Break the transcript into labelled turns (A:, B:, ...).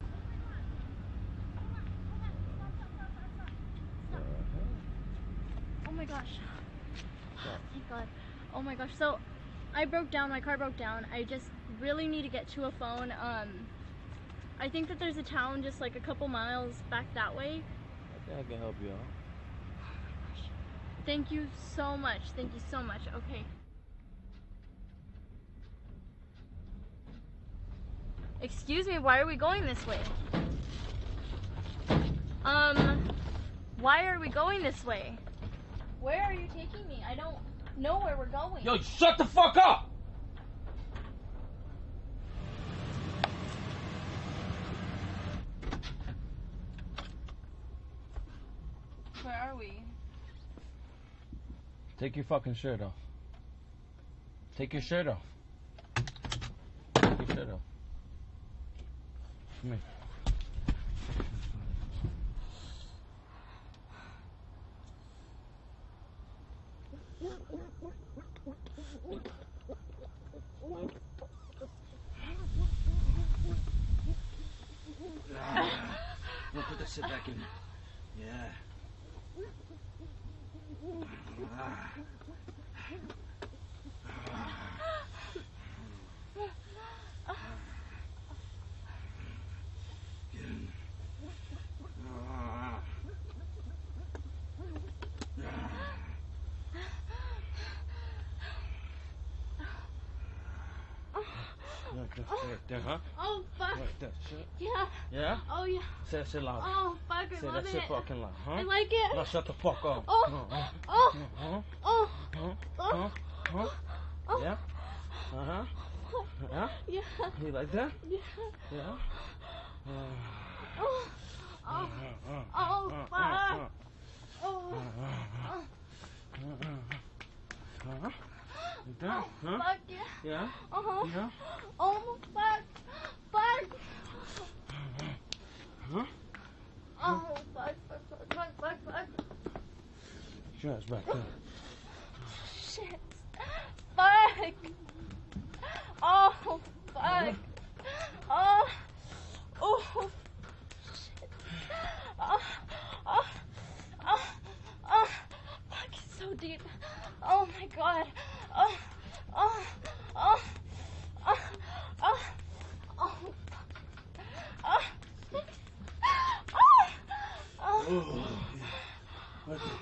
A: Uh-huh.
B: Oh my gosh. Thank God. Oh my gosh. So I broke down. My car broke down. I just really need to get to a phone. Um, I think that there's a town just like a couple miles back that way.
A: I think I can help you out.
B: Thank you so much. Thank you so much. Okay. Excuse me, why are we going this way? Um, why are we going this way? Where are you taking me? I don't know where we're going.
A: Yo, shut the fuck up!
B: Where are we?
A: Take your fucking shirt off. Take your shirt off. Take your shirt off. Come here.
C: We'll put that shit back in. Yeah. Ah. Get in. Ah.
A: Look, look, right there, huh?
B: Oh, fuck.
A: Right there. Shit.
B: Yeah.
A: Yeah?
B: Oh, yeah.
A: Say that shit loud.
B: Oh, fuck. I
A: Say
B: love
A: that shit
B: it.
A: fucking loud, huh?
B: I like it.
A: now shut the fuck up.
B: Oh.
A: Uh,
B: Oh,
A: uh, uh,
B: oh,
A: uh,
B: oh.
A: uh, uh.
B: Oh.
A: Yeah? Uh huh. Yeah?
B: Yeah.
A: You like that?
B: Yeah.
A: Yeah? Uh,
B: Oh. Oh. Oh, fuck. Oh.
A: Huh?
B: Oh,
A: Huh?
B: fuck yeah.
A: Yeah?
B: Uh-huh.
A: Yeah?
B: Oh, fuck. Fuck.
A: Huh?
B: Oh, fuck, fuck, fuck, fuck, fuck, fuck.
A: Your ass back there.
B: Shit. Fuck. Oh, fuck. Oh. Oh. Shit. Oh. Oh. Oh. Oh. Fuck, it's so deep. Oh my god. Oh. Oh. Oh. Oh. Oh. Oh. fuck. Oh. Oh. Oh.
C: Oh. Okay.
B: Oh.